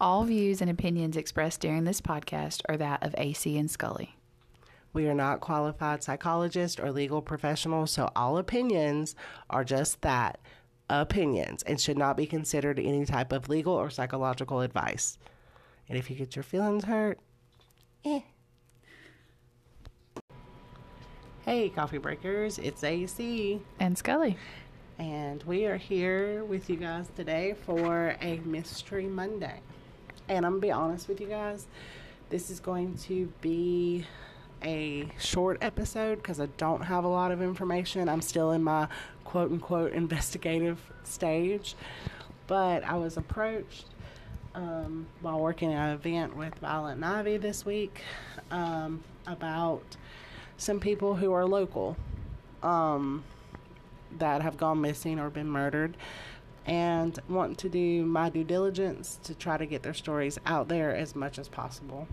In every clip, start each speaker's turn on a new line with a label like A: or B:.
A: All views and opinions expressed during this podcast are that of AC and Scully.
B: We are not qualified psychologists or legal professionals, so all opinions are just that opinions and should not be considered any type of legal or psychological advice. And if you get your feelings hurt, eh. Hey, coffee breakers, it's AC.
A: And Scully.
B: And we are here with you guys today for a Mystery Monday. And I'm going to be honest with you guys, this is going to be a short episode because I don't have a lot of information. I'm still in my quote unquote investigative stage. But I was approached um, while working at an event with Violet and Ivy this week um, about some people who are local. Um, that have gone missing or been murdered and want to do my due diligence to try to get their stories out there as much as possible.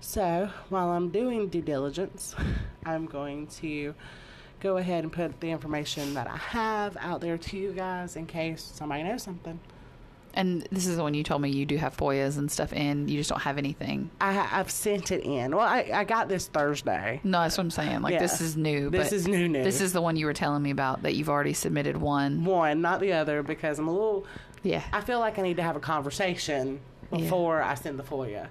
B: So, while I'm doing due diligence, I'm going to go ahead and put the information that I have out there to you guys in case somebody knows something.
A: And this is the one you told me you do have FOIAs and stuff in. You just don't have anything.
B: I, I've sent it in. Well, I, I got this Thursday.
A: No, that's what I'm saying. Like, this
B: Yeah.
A: is new.
B: This
A: but
B: is new news.
A: This is the one you were telling me about that you've already submitted one.
B: one, not the other, because I'm a little.
A: Yeah.
B: I feel like I need to have a conversation
A: Yeah.
B: before I send the FOIA.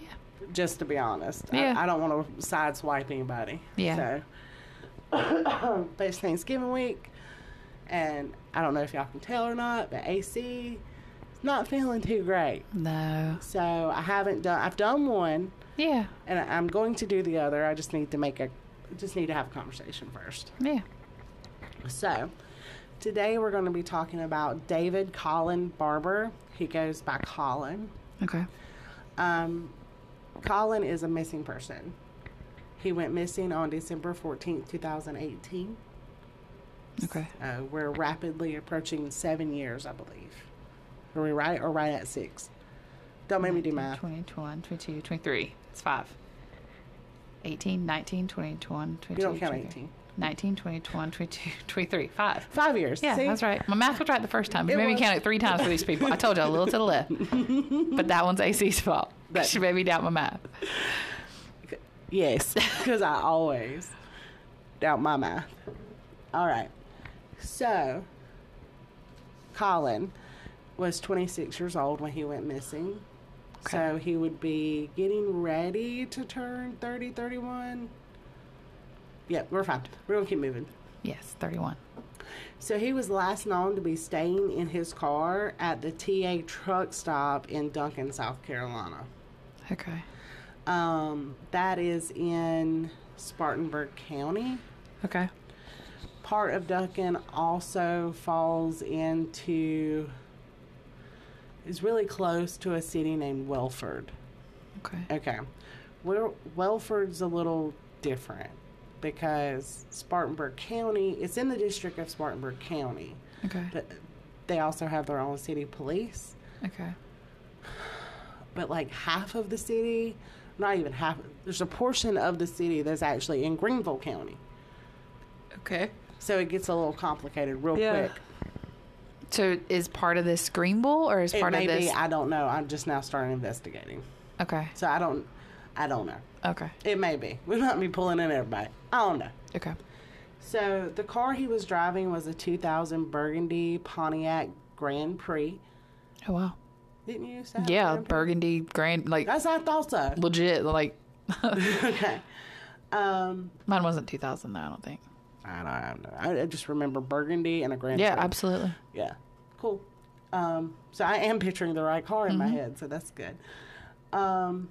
A: Yeah.
B: Just to be honest,
A: Yeah.
B: I, I don't want to sideswipe anybody.
A: Yeah.
B: So, but it's Thanksgiving week, and I don't know if y'all can tell or not, but AC is not feeling too great.
A: No.
B: So I haven't done. I've done one,
A: Yeah.
B: and I- I'm going to do the other. I just need to make a. Just need to have a conversation first.
A: Yeah.
B: So, today we're going to be talking about David Colin Barber. He goes by Colin.
A: Okay.
B: Um, Colin is a missing person. He went missing on December 14th, 2018.
A: Okay.
B: Uh, we're rapidly approaching seven years, I believe. Are we right or right at six? Don't make me do math.
A: 21, 22, 23. It's five. 18, 19, 20, 21, 22.
B: don't count
A: 23.
B: 18.
A: 19, 20, 21, 22, 23. Five.
B: Five years.
A: Yeah,
B: see?
A: that's right. My math was right the first time. You
B: It
A: made me
B: was.
A: count it three times for these people. I told you a little to the left. But that one's AC's fault.
B: But-
A: she made me doubt my math.
B: Yes, because I always doubt my math. All right. So, Colin was 26 years old when he went missing. So, he would be getting ready to turn 30, 31. Yep, we're fine. We're going to keep moving.
A: Yes, 31.
B: So, he was last known to be staying in his car at the TA truck stop in Duncan, South Carolina.
A: Okay.
B: Um, that is in Spartanburg County.
A: Okay.
B: part of Duncan also falls into is really close to a city named Welford.
A: Okay.
B: Okay. Wel- Welford's a little different because Spartanburg County, it's in the district of Spartanburg County,
A: Okay.
B: but they also have their own city police.
A: Okay.
B: But like half of the city, not even half, there's a portion of the city that's actually in Greenville County.
A: Okay.
B: So it gets a little complicated real
A: Yeah.
B: quick.
A: So is part of this Greenville or is
B: It
A: part
B: may
A: of this?
B: be. I don't know. I'm just now starting investigating,
A: okay.
B: so I don't. I don't know.
A: Okay.
B: It may be. We might be pulling in everybody. I don't know.
A: Okay.
B: So the car he was driving was a 2000 Burgundy Pontiac Grand Prix.
A: Oh wow.
B: Didn't you say?
A: Yeah,
B: Grand Prix?
A: Burgundy Grand, like
B: That's I thought so.
A: legit. Like
B: okay. Um,
A: mine wasn't 2000 though. I don't think.
B: I don't, I don't know. I I just remember Burgundy and a Grand
A: Yeah,
B: Prix.
A: absolutely.
B: Yeah. Cool. Um, so I am picturing the right car in my head, so that's good. Um,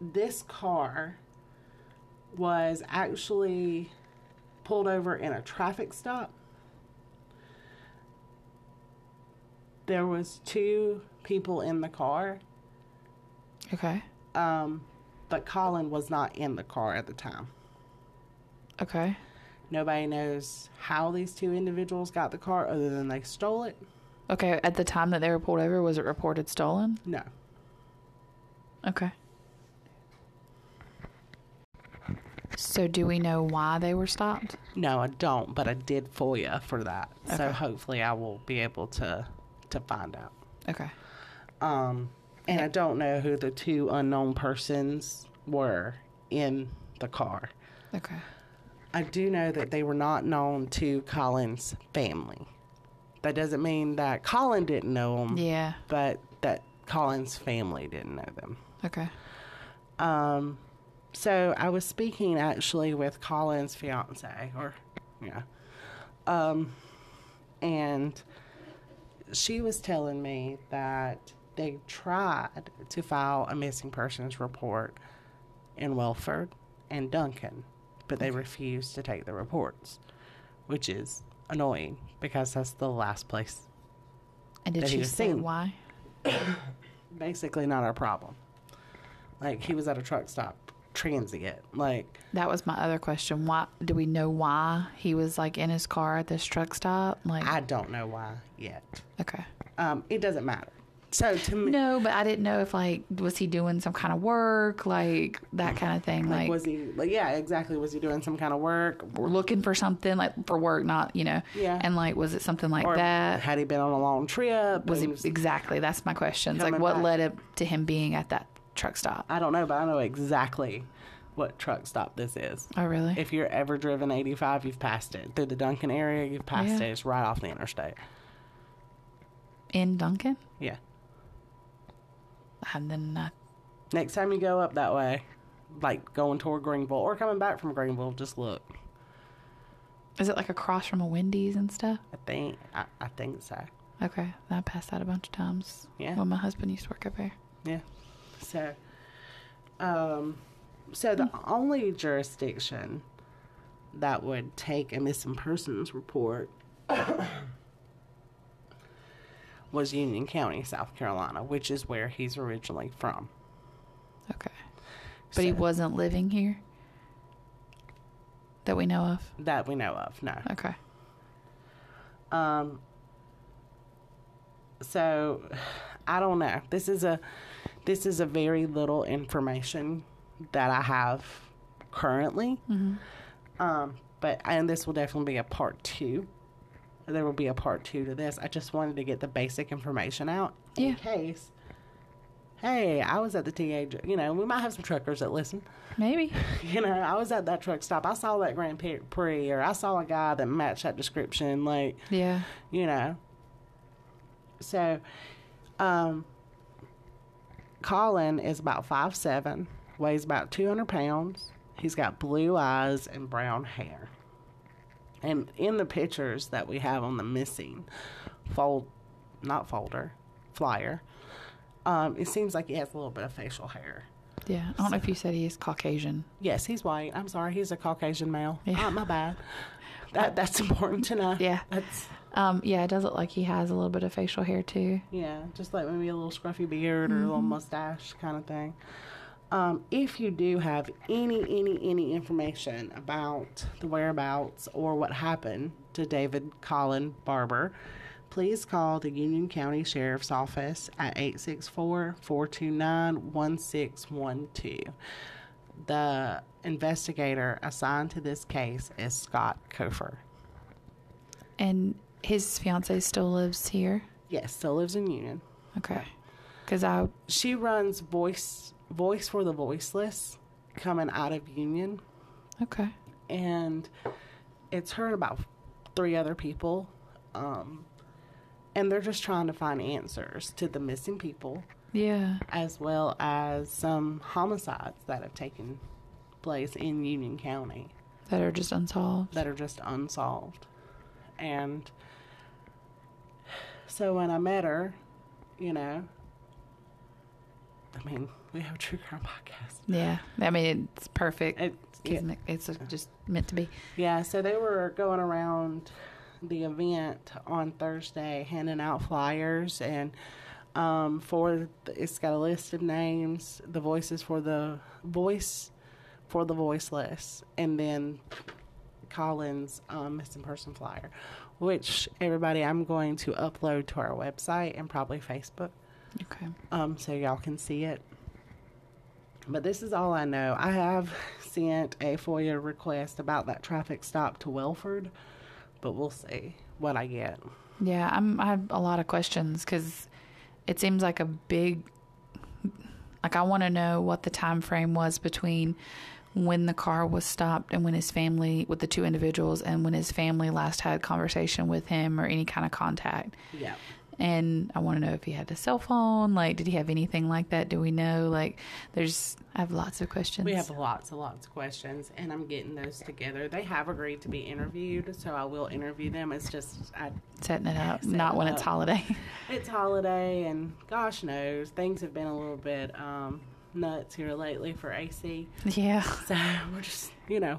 B: this car was actually pulled over in a traffic stop. There was two people in the car,
A: Okay.
B: um, but Colin was not in the car at the time.
A: Okay.
B: Nobody knows how these two individuals got the car other than they stole it.
A: Okay. At the time that they were pulled over, was it reported stolen?
B: No.
A: Okay. So do we know why they were stopped?
B: No, I don't, but I did FOIA for that. So
A: Okay.
B: hopefully I will be able to to find out.
A: Okay.
B: Um, and I don't know who the two unknown persons were in the car.
A: Okay.
B: I do know that they were not known to Colin's family. That doesn't mean that Colin didn't know them,
A: Yeah.
B: but that Colin's family didn't know them.
A: Okay.
B: Um, so I was speaking actually with Colin's fiance, or yeah, um, and she was telling me that they tried to file a missing persons report in Welford and Duncan, but they refused to take the reports, which is annoying because that's the last place.
A: And did
B: That he
A: she
B: was
A: say
B: seen.
A: why?
B: Basically, not our problem. Like he was at a truck stop, transient, like.
A: That was my other question. Why do we know why he was like in his car at this truck stop? Like,
B: I don't know why yet.
A: okay.
B: Um, it doesn't matter. So to me,
A: No, but I didn't know if like was he doing some kind of work, like that kind of thing, like,
B: was he? Like, yeah, exactly. Was he doing some kind of work,
A: looking for something, like for work, not you know,
B: Yeah.
A: And like, was it something like
B: or
A: that?
B: had he been on a long trip?
A: Was
B: And
A: he exactly? That's my question. It's like,
B: Coming
A: what
B: back.
A: led up to him being at that truck stop?
B: I don't know, but I know exactly what truck stop this is.
A: Oh, really?
B: If you're ever driven 85, you've passed it through the Duncan area. You've passed
A: Yeah.
B: it. It's right off the interstate.
A: in Duncan?
B: Yeah.
A: And then uh, I,
B: Next time you go up that way, like going toward Greenville or coming back from Greenville, just look.
A: is it like across from a Wendy's and stuff?
B: I think I, I think so.
A: Okay, I passed that a bunch of times.
B: Yeah.
A: When my husband used to work over there.
B: Yeah. So, um, so the only jurisdiction that would take a missing persons report was Union County, South Carolina, which is where he's originally from.
A: Okay. But he
B: So-
A: wasn't living here that we know of.
B: That we know of, no.
A: Okay.
B: Um, so I don't know. This is a this is a very little information that I have currently.
A: Mm-hmm.
B: Um, but and this will definitely be a part two. There will be a part two to this. I just wanted to get the basic information out
A: Yeah.
B: in case. Hey, I was at the TA. You know, we might have some truckers that listen.
A: Maybe.
B: You know, I was at that truck stop. I saw that Grand Prix, or I saw a guy that matched that description. Like,
A: Yeah.
B: you know. So, um, Colin is about five seven, weighs about two hundred pounds. He's got blue eyes and brown hair. And in the pictures that we have on the missing fold, not folder, flyer, um, it seems like he has a little bit of facial hair.
A: Yeah. I don't know if you said he is Caucasian.
B: Yes, he's white. I'm sorry, he's a Caucasian male.
A: Yeah.
B: Uh, my bad. That that's important to know.
A: Yeah.
B: that's
A: Um, yeah, it does look like he has a little bit of facial hair too.
B: Yeah, just like maybe a little scruffy beard or a little mustache kind of thing. Um, if you do have any, any, any information about the whereabouts or what happened to David Colin Barber, please call the Union County Sheriff's Office at 864 429 1612. The investigator assigned to this case is Scott Kofer.
A: And his fiance still lives here.
B: Yes, still lives in Union.
A: Okay. Because I,
B: she runs voice voice for the voiceless coming out of union
A: okay.
B: and it's her and about three other people um, and they're just trying to find answers to the missing people
A: Yeah.
B: as well as some homicides that have taken place in union county
A: That are just unsolved.
B: that are just unsolved. And so when I met her, you know, I mean, we have a true crime podcast.
A: Yeah. I mean, it's perfect.
B: It, yeah,
A: 'Cause It's uh, just meant to be.
B: yeah, so they were going around the event on Thursday handing out flyers and um, for the, it's got a list of names, the voices for the voice for the voiceless, and then Collins um, missing person flyer, which everybody I'm going to upload to our website and probably Facebook,
A: Okay.
B: um, so y'all can see it. But this is all I know. I have sent a FOIA request about that traffic stop to Welford, but we'll see what I get.
A: Yeah, I'm. I have a lot of questions because it seems like a big. Like I want to know what the time frame was between when the car was stopped and when his family, with the two individuals, and when his family last had conversation with him or any kind of contact.
B: Yeah.
A: And I want to know if he had a cell phone. Like, did he have anything like that? Do we know? Like, there's. I have lots of questions.
B: We have lots and lots of questions, and I'm getting those together. They have agreed to be interviewed, so I will interview them. It's just I,
A: setting it up.
B: Setting
A: not when
B: it
A: it's
B: up.
A: holiday.
B: it's holiday, and gosh knows things have been a little bit um, nuts here lately for AC.
A: yeah.
B: So we're just you know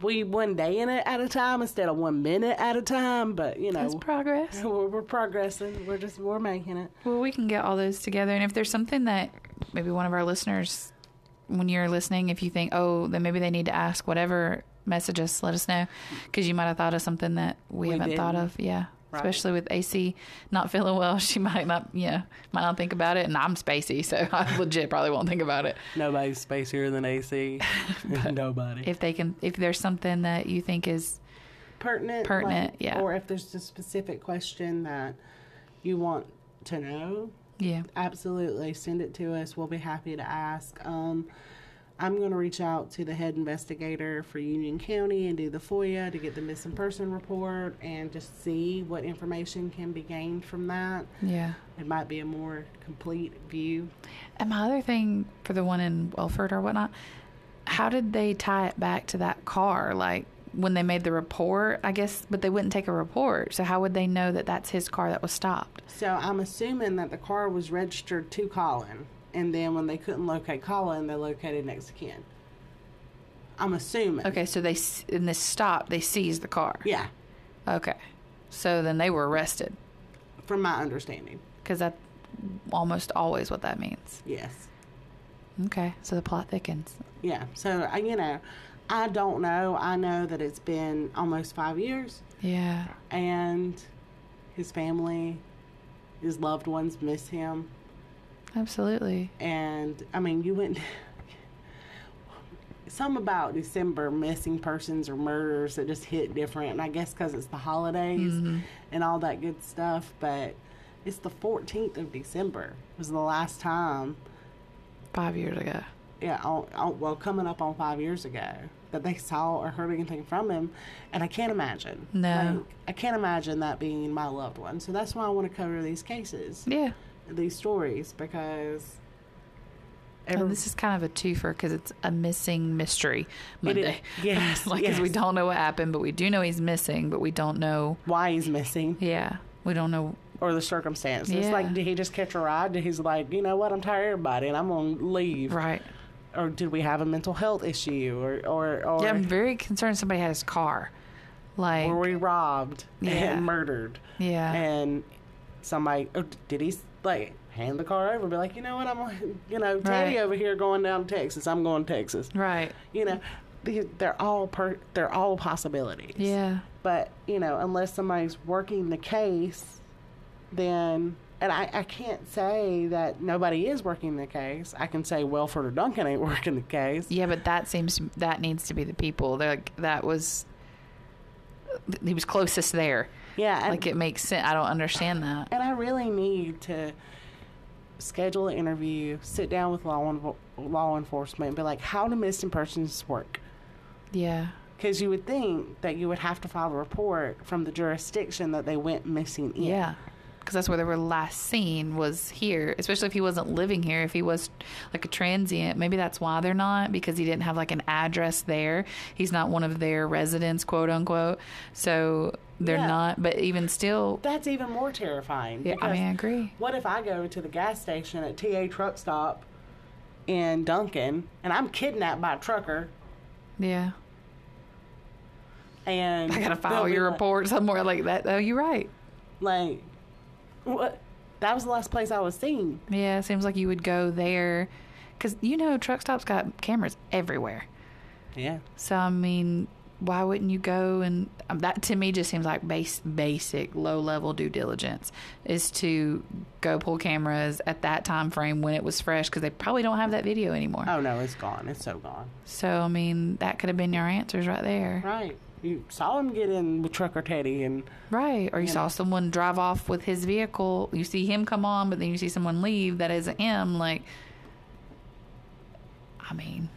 B: we one day in it at a time instead of one minute at a time, but you
A: That's
B: know
A: progress.
B: we're, we're progressing. We're just we're making it.
A: Well, we can get all those together. And if there's something that maybe one of our listeners, when you're listening, if you think, oh, then maybe they need to ask whatever, message us, let us know. Because you might have thought of something that we,
B: We
A: haven't thought
B: didn't.
A: of. Yeah.
B: Right.
A: Especially with AC not feeling well, she might not, you know, might not think about it. And I'm spacey, so I legit probably won't think about it.
B: Nobody's spacier than AC. Nobody.
A: If they can, if there's something that you think is,
B: pertinent,
A: Pertinent,
B: like-
A: yeah.
B: Or if there's a specific question that you want to know,
A: yeah,
B: absolutely send it to us. We'll be happy to ask. Um, I'm going to reach out to the head investigator for Union County and do the FOIA to get the missing person report and just see what information can be gained from that.
A: yeah.
B: It might be a more complete view.
A: And my other thing for the one in Welford or whatnot, how did they tie it back to that car? Like when they made the report, I guess, but they wouldn't take a report. So how would they know that that's his car that was stopped?
B: So I'm assuming that the car was registered to Colin, and then when they couldn't locate Colin, they located next to Ken. I'm assuming.
A: Okay, so they s- in this stop they seized the car.
B: Yeah,
A: Okay, so then they were arrested
B: from my understanding.
A: because that's almost always what that means.
B: Yes.
A: Okay, so the plot thickens.
B: Yeah. So I, you know, I don't know. I know that it's been almost five years,
A: Yeah,
B: and his family, his loved ones miss him,
A: absolutely.
B: and I mean, you wouldn't. Some about December missing persons or murders that just hit different, and I guess because it's the holidays
A: Mm-hmm.
B: and all that good stuff. But it's the 14th of December was the last time
A: Five years ago.
B: yeah, on, on, well, coming up on five years ago that they saw or heard anything from him, and I can't imagine.
A: No.
B: Like, I can't imagine that being my loved one. So that's why I want to cover these cases,
A: Yeah.
B: these stories, because every-
A: and this is kind of a twofer because it's a missing mystery Monday.
B: yes,
A: like 'cause we
B: yes.
A: don't know what happened, but we do know he's missing, but we don't know.
B: why he's missing
A: Yeah, we don't know.
B: or the circumstances.
A: Yeah.
B: Like, did he just catch a ride? Did he's like, you know what, I'm tired of everybody, and I'm gonna leave,
A: Right.
B: or did we have a mental health issue, or or or
A: Yeah, I'm very concerned. Somebody had his car. Like,
B: were we robbed
A: Yeah.
B: and murdered?
A: yeah,
B: and somebody oh, did he like hand the car over be like you know what i'm you know teddy
A: Right.
B: over here going down to texas i'm going to texas
A: right.
B: you know they- they're all per they're all possibilities
A: Yeah,
B: but you know unless somebody's working the case then and I, I can't say that nobody is working the case. I can say Welford or Duncan ain't working the case.
A: yeah, but that seems that needs to be the people. They're like that was. He was closest there.
B: Yeah, and-
A: Like it makes sense. I don't understand that.
B: And I really need to schedule an interview, sit down with law envo- law enforcement, and be like, how do missing persons work?
A: Yeah,
B: Because you would think that you would have to file a report from the jurisdiction that they went missing in.
A: Yeah. Because that's where they were last seen was here, especially if he wasn't living here. If he was like a transient, maybe that's why they're not because he didn't have like an address there. He's not one of their residents, quote unquote. So they're
B: Yeah.
A: not. But even still,
B: That's even more terrifying.
A: yeah, I
B: because
A: mean, I agree.
B: What if I go to the gas station at TA truck stop in Duncan and I'm kidnapped by a trucker
A: Yeah.
B: and
A: I got to
B: they'll
A: file
B: be
A: your
B: like-
A: report somewhere like that. Oh, you're right.
B: Like, what? That was the last place I was seen.
A: Yeah. It seems like you would go there because, you know, truck stops got cameras everywhere.
B: Yeah.
A: So I mean, why wouldn't you go and um, that to me just seems like base basic low level due diligence is to go pull cameras at that time frame when it was fresh because they probably don't have that video anymore.
B: Oh no, it's gone. It's so gone.
A: So I mean, that could have been your answers right there.
B: Right. You saw him get in with Trucker Teddy, and
A: Right. Or you
B: Yeah.
A: saw someone drive off with his vehicle. You see him come on, but then you see someone leave that isn't him. Like, I mean,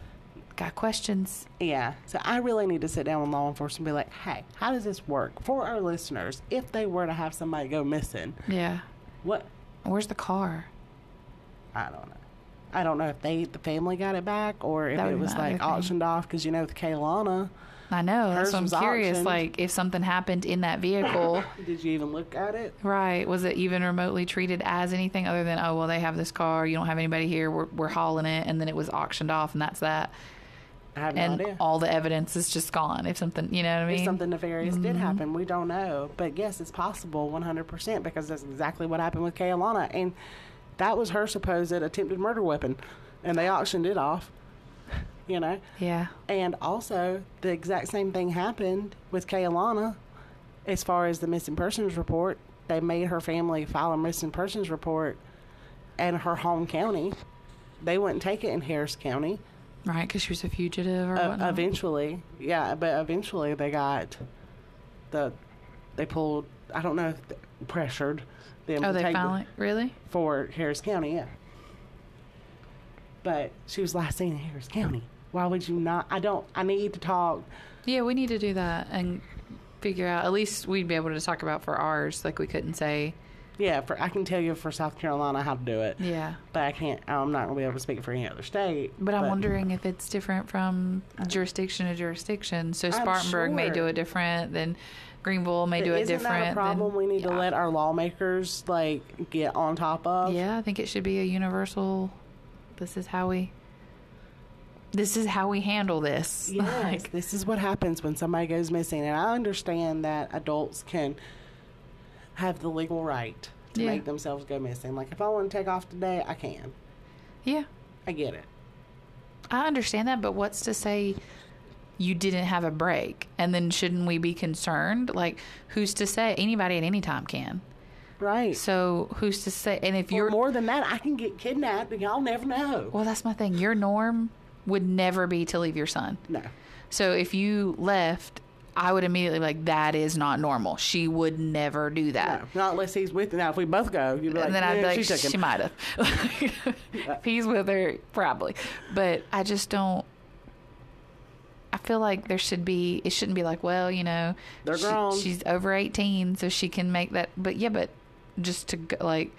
A: got questions.
B: yeah. So I really need to sit down with law enforcement and be like, hey, how does this work for our listeners? If they were to have somebody go missing,
A: Yeah.
B: what?
A: Where's the car?
B: I don't know. I don't know if they the family got it back or if
A: That would
B: it
A: be
B: was
A: my
B: like
A: other thing.
B: auctioned off because you know with Kaylana,
A: I know.
B: Hers
A: That's what
B: was
A: I'm curious.
B: auctioned.
A: Like, if something happened in that vehicle,
B: did you even look at it?
A: right? Was it even remotely treated as anything other than, oh, well, they have this car. You don't have anybody here. We're, we're hauling it. And then it was auctioned off, and that's that.
B: I have no
A: And
B: idea.
A: all the evidence is just gone. If something, you know what I mean?
B: if something nefarious did happen, we don't know. But yes, it's possible 100% because that's exactly what happened with Kaylana. And that was her supposed attempted murder weapon. And they auctioned it off, you know?
A: Yeah.
B: And also, the exact same thing happened with Kaylana as far as the missing persons report. They made her family file a missing persons report and her home county. They wouldn't take it in Harris County.
A: Right. Because she was a fugitive or
B: Uh,
A: whatnot.
B: eventually, yeah, but eventually they got the they pulled. I don't know, if th- pressured them.
A: Oh,
B: to
A: they
B: take
A: finally really?
B: the- for Harris County, yeah. But she was last seen in Harris County. Why would you not? I don't. I need to talk.
A: Yeah, we need to do that and figure out. At least we'd be able to talk about for ours. Like we couldn't say,
B: Yeah, for I can tell you for South Carolina how to do it,
A: yeah.
B: but I can't. I'm not gonna be able to speak for any other state.
A: But I'm wondering if it's different from jurisdiction to jurisdiction. So
B: I'm
A: Spartanburg may do
B: sure.
A: it different than Greenville may
B: But
A: do it
B: isn't
A: different.
B: that a
A: than-
B: problem we need to
A: Yeah.
B: let our lawmakers like get on top of?
A: Yeah, I think it should be a universal. This is how we. This is how we handle this.
B: Yes,
A: Like,
B: this is what happens when somebody goes missing, and I understand that adults can have the legal right to
A: Yeah.
B: make themselves go missing. Like if I want to take off today, I can.
A: yeah,
B: I get it.
A: I understand that, but what's to say you didn't have a break? And then shouldn't we be concerned? Like, who's to say anybody at any time can?
B: Right.
A: So who's to say? And if
B: Or
A: you're
B: more than that, I can get kidnapped, and y'all never know.
A: well, that's my thing. Your norm would never be to leave your son.
B: no.
A: So if you left, I would immediately be like that is not normal. She would never do that.
B: No, not unless he's with now. If we both go, you'd be like, "Eh,
A: and then I'd be
B: "Yeah,
A: like,
B: she took
A: she,
B: him."
A: might have. if he's with her, probably. But I just don't. I feel like there should be. It shouldn't be like, well, you know,
B: They're grown.
A: She's over eighteen, so she can make that. But yeah, but just to go, like,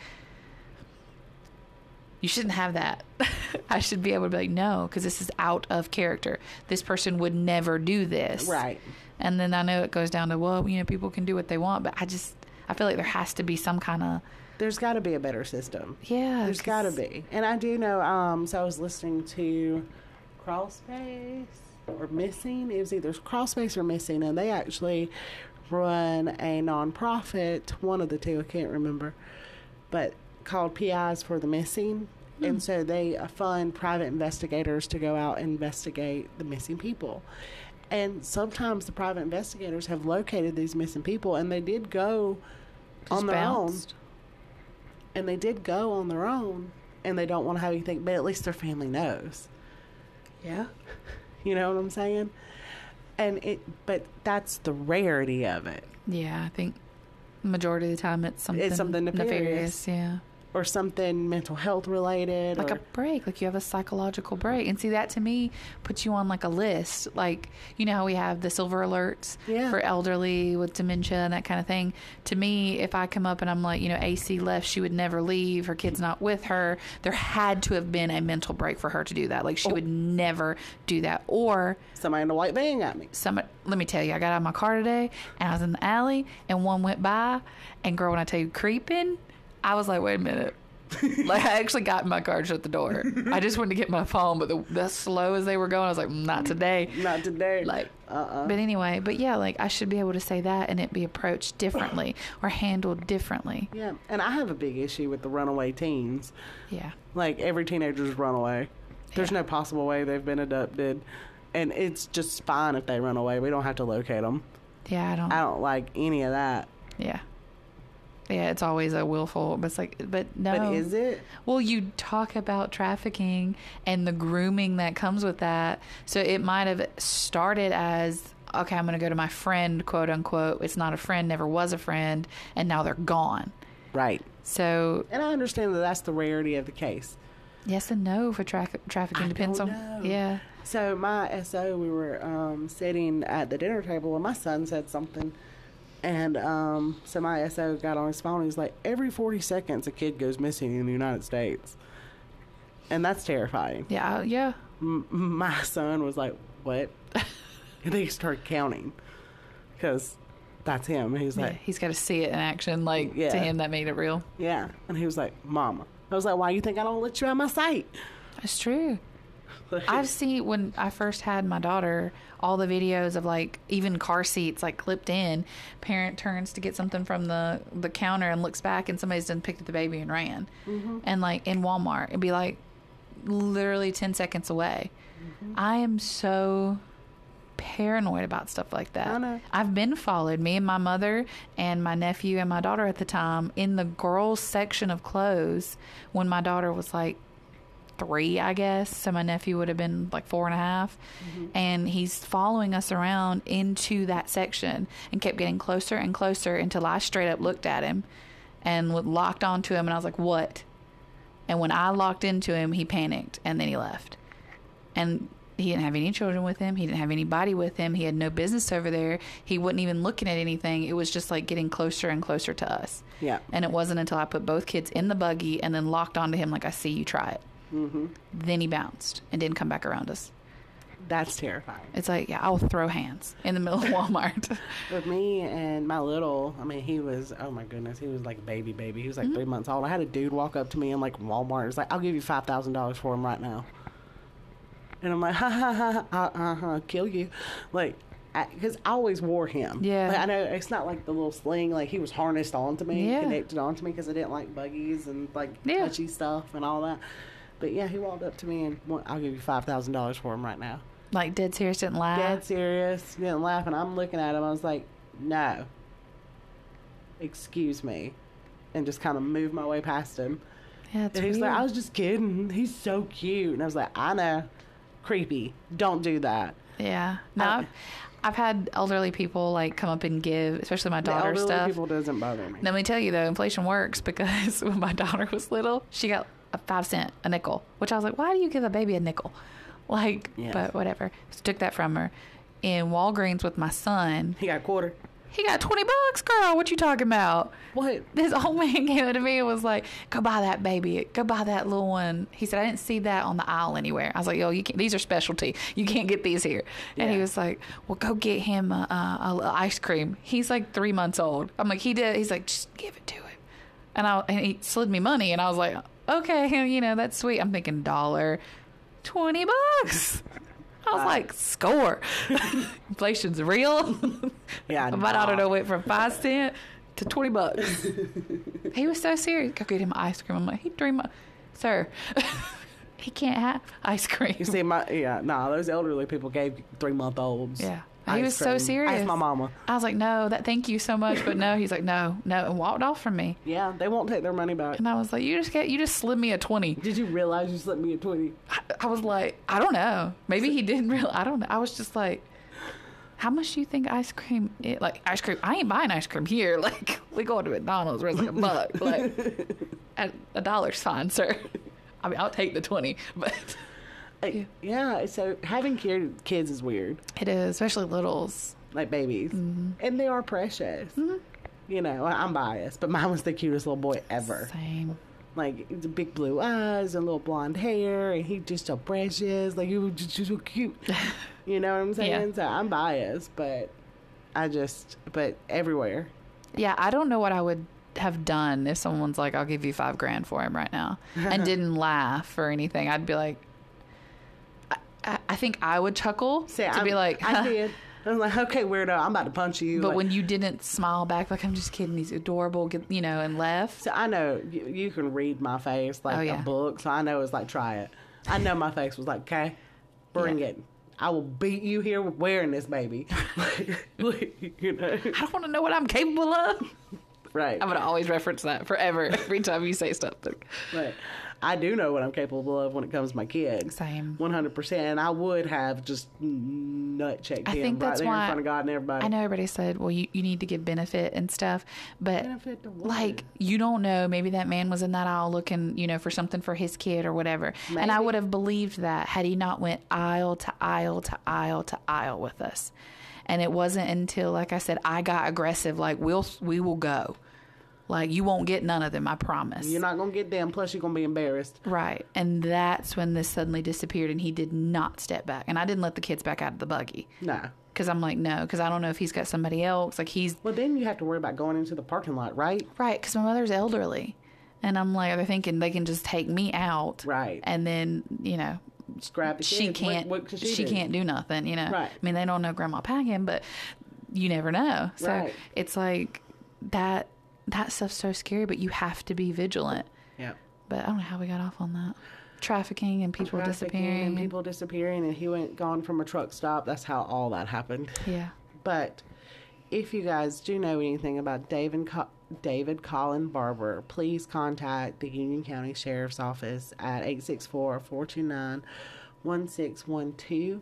A: you shouldn't have that. I should be able to be like, no, because this is out of character. This person would never do this,
B: Right.
A: and then I know it goes down to well, you know, people can do what they want, but I just I feel like there has to be some kind of
B: There's got to be a better system.
A: yeah.
B: There's
A: 'cause-
B: got to be. And I do know, um, so I was listening to Crawlspace or Missing. It was either Crawlspace or Missing, and they actually run a nonprofit, one of the two, I can't remember, but called PIs for the Missing. And so they uh, fund private investigators to go out and investigate the missing people. And sometimes the private investigators have located these missing people, and they did go
A: Just
B: on their own
A: bounced.
B: and they did go on their own and they don't want to have anything but at least their family knows yeah you know what i'm saying and it but that's the rarity of it
A: Yeah, I think majority of the time it's something,
B: something nefarious.
A: Yeah,
B: or something mental health related
A: like
B: or,
A: a break, like you have a psychological break, and see that to me puts you on like a list. Like you know how we have the silver alerts
B: Yeah.
A: for elderly with dementia and that kind of thing. To me, if I come up and I'm like, you know, AC left, she would never leave. Her kid's not with her. There had to have been a mental break for her to do that. Like
B: Oh.
A: she would never do that, or
B: somebody in a white van got me
A: some let me tell you, I got out of my car today and I was in the alley and one went by and girl when I tell you creeping, I was like, wait a minute. like I actually got in my car and shut the door. I just wanted to get my phone, but the, the slow as they were going, I was like, "Mm, not today.
B: not today
A: Like
B: uh-uh
A: but anyway, but yeah, like I should be able to say that and it be approached differently or handled differently.
B: yeah and i have a big issue with the runaway teens
A: Yeah.
B: like every teenager's runaway there's
A: Yeah.
B: no possible way they've been abducted and it's just fine if they run away we don't have to locate them
A: Yeah, I don't
B: i don't like any of that
A: Yeah. Yeah, it's always a willful, but it's like, but no.
B: but is it
A: Well, you talk about trafficking and the grooming that comes with that. So it might have started as okay, I'm going to go to my friend, quote unquote. It's not a friend, never was a friend, and now they're gone.
B: Right.
A: So,
B: And I understand that that's the rarity of the case.
A: yes and no for traffic trafficking
B: I
A: depends
B: don't
A: on
B: know.
A: yeah.
B: So my SO, we were um, sitting at the dinner table, and my son said something, and um, so my SO got on his phone. and He's like, every forty seconds, a kid goes missing in the United States, and that's terrifying.
A: Yeah, I- yeah.
B: M- my son was like, "What?" and they started counting because that's him. He's
A: yeah.
B: like,
A: He's got to see it in action like
B: Yeah.
A: to him that made it real.
B: "Yeah," and he was like, "Mama." I was like, "Why you think I don't let you out of my sight?"
A: That's true. I've seen when I first had my daughter, all the videos of like even car seats like clipped in. Parent turns to get something from the the counter and looks back, and somebody's done picked up the baby and ran. And like in Walmart, it'd be like literally ten seconds away. I am so paranoid about stuff like that.
B: I know.
A: I've been followed. Me and my mother and my nephew and my daughter at the time in the girls section of clothes when my daughter was like three, I guess. So my nephew would have been like four and a half.
B: Mm-hmm.
A: And he's following us around into that section and kept getting closer and closer until I straight up looked at him and w- locked onto him. And I was like, what? And when I locked into him, he panicked and then he left. And he didn't have any children with him. He didn't have anybody with him. He had no business over there. He wasn't even looking at anything. It was just like getting closer and closer to us.
B: Yeah.
A: And it wasn't until I put both kids in the buggy and then locked onto him, like, I see you try it. Mm-hmm. Then he bounced and didn't come back around us.
B: That's terrifying.
A: It's like, yeah, I'll throw hands in the middle of Walmart.
B: With me and my little, I mean, he was, oh my goodness, he was like a baby, baby. He was
A: Mm-hmm.
B: like three months old. I had a dude walk up to me in like Walmart. He's like, I'll give you $5,000 for him right now. And I'm like, ha ha ha, ha, uh huh, kill you. Like, because I, always wore him.
A: Yeah.
B: Like, I know it's not like the little sling, like he was harnessed onto me,
A: Yeah.
B: connected onto me because I didn't like buggies and like
A: Yeah.
B: touchy stuff and all that. But yeah, he walked up to me and went, I'll give you $5,000 for him right now
A: like, dead serious, didn't lie.
B: dead serious, didn't laugh, and I'm looking at him. I was like, no. Excuse me. And just kind of moved my way past him.
A: Yeah, it's
B: and he's
A: weird.
B: like, I was just kidding. He's so cute. And I was like, I know. Creepy. Don't do that.
A: yeah. No,
B: I-
A: I've, I've had elderly people, like, come up and give, especially my
B: The
A: daughter
B: elderly
A: stuff.
B: people doesn't bother me.
A: Let me tell you though, inflation works because when my daughter was little, she got a five cent, a nickel, which I was like, why do you give a baby a nickel? Like,
B: Yes.
A: but whatever. So took that from her. In Walgreens with my son,
B: He got a quarter.
A: he got 20 bucks, girl. What you talking about?
B: What?
A: This old man came up to me and was like, go buy that baby. Go buy that little one. He said, I didn't see that on the aisle anywhere. I was like, yo, you can't, these are specialty. You can't get these here. And he
B: Yeah.
A: was like, well, go get him a, a, a ice cream. He's like three months old. I'm like, he did. He's like, just give it to him. And, I, and he slid me money. And I was like, okay, you know, that's sweet. I'm thinking dollar, 20 bucks. I was like, score. Inflation's real.
B: Yeah,
A: My daughter
B: nah.
A: done went from five cent to twenty bucks. he was so serious. Go get him ice cream. I'm like, he dream, sir. he can't have ice cream.
B: You see, my, yeah, nah, those elderly people gave three month olds.
A: Yeah. He was so serious.
B: That's my mama.
A: I was like, no, that thank you so much, but no. He's like, no, no, and walked off from me.
B: Yeah, they won't take their money back.
A: And I was like, you just get, you just slid me a twenty.
B: Did you realize you slipped me a 20?
A: I, I was like, I don't know. Maybe he didn't real. I don't know. I was just like, how much do you think ice cream? It, like ice cream, I ain't buying ice cream here. Like we going to McDonald's where it's like a buck. Like a, a dollar's fine, sir. I mean, I'll take the twenty, but
B: Like,
A: Yeah.
B: Uh, yeah, so having kid- kids is weird.
A: it is especially littles.
B: like babies,
A: Mm-hmm.
B: and they are precious. You know, I- I'm biased, but mine was the cutest little boy ever.
A: Same.
B: Like the big blue eyes and little blonde hair, and he just so precious. Like he was just, just so cute. you know what I'm saying? So I'm biased, but I just but everywhere.
A: Yeah, I don't know what I would have done if someone's like, "I'll give you five grand for him right now," and didn't laugh or anything. I'd be like. I- I, I think I would chuckle
B: So
A: to
B: I'm,
A: be like,
B: I did. I was like, okay, weirdo, I'm about to punch you.
A: But
B: Like,
A: when you didn't smile back, like I'm just kidding, he's adorable, get- you know, and left.
B: so I know you, you can read my face like
A: Oh, yeah.
B: a book, so I know it's like try it. I know my face was like, okay, bring
A: Yeah.
B: it. I will beat you here wearing this baby. Like, you know,
A: I don't want to know what I'm capable of.
B: right?
A: I'm gonna always reference that forever every time you say something.
B: right. I do know what I'm capable of when it comes to my kids.
A: Same.
B: 100%. And I would have just nut checked
A: I
B: him
A: think
B: right
A: that's
B: there
A: why
B: in front of God and everybody.
A: I know everybody said, well, you, you need to give benefit and stuff, but
B: Benefit to what?
A: like you don't know, maybe that man was in that aisle looking, you know, for something for his kid or whatever. And I
B: Maybe.
A: would have believed that had he not went aisle to aisle to aisle to aisle with us. And it wasn't until, like I said, I got aggressive. Like we'll we will go. Like you won't get none of them. I promise.
B: You're not going to get them. Plus, you're going to be embarrassed.
A: Right. And that's when this suddenly disappeared and he did not step back. And I didn't let the kids back out of the buggy
B: Nah.
A: because I'm like, no, because I don't know if he's got somebody else. Like he's
B: Well, then you have to worry about going into the parking lot, right?
A: right because my mother's elderly. And I'm like, they're thinking they can just take me out.
B: Right.
A: And then, you know,
B: Grab the
A: she
B: kids. What-
A: can't,
B: what could
A: she, can't do nothing, you know?
B: Right.
A: I mean, they don't know Grandma Packing, but you never know. So
B: Right.
A: it's like that, that stuff's so scary, but you have to be vigilant.
B: Yeah.
A: But I don't know how we got off on that. Trafficking and people
B: Trafficking
A: disappearing.
B: and
A: and-
B: people disappearing, and he went gone from a truck stop. That's how all that happened.
A: yeah.
B: But if you guys do know anything about David, Co- David Colin Barber, please contact the Union County Sheriff's Office at 864 429 1612.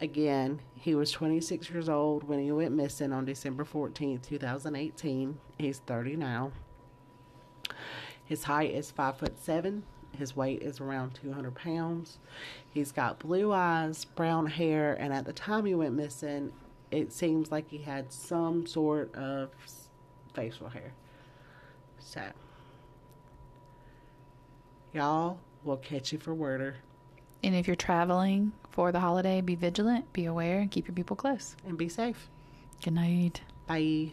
B: Again, he was 26 years old when he went missing on December 14th, 2018. He's 30 now. His height is five foot seven. His weight is around 200 pounds. He's got blue eyes, brown hair, and at the time he went missing, it seems like he had some sort of s- facial hair. So, y'all, we'll catch you for worder
A: And if you're traveling for the holiday, be vigilant, be aware, and keep your people close.
B: and be safe.
A: Good night.
B: Bye.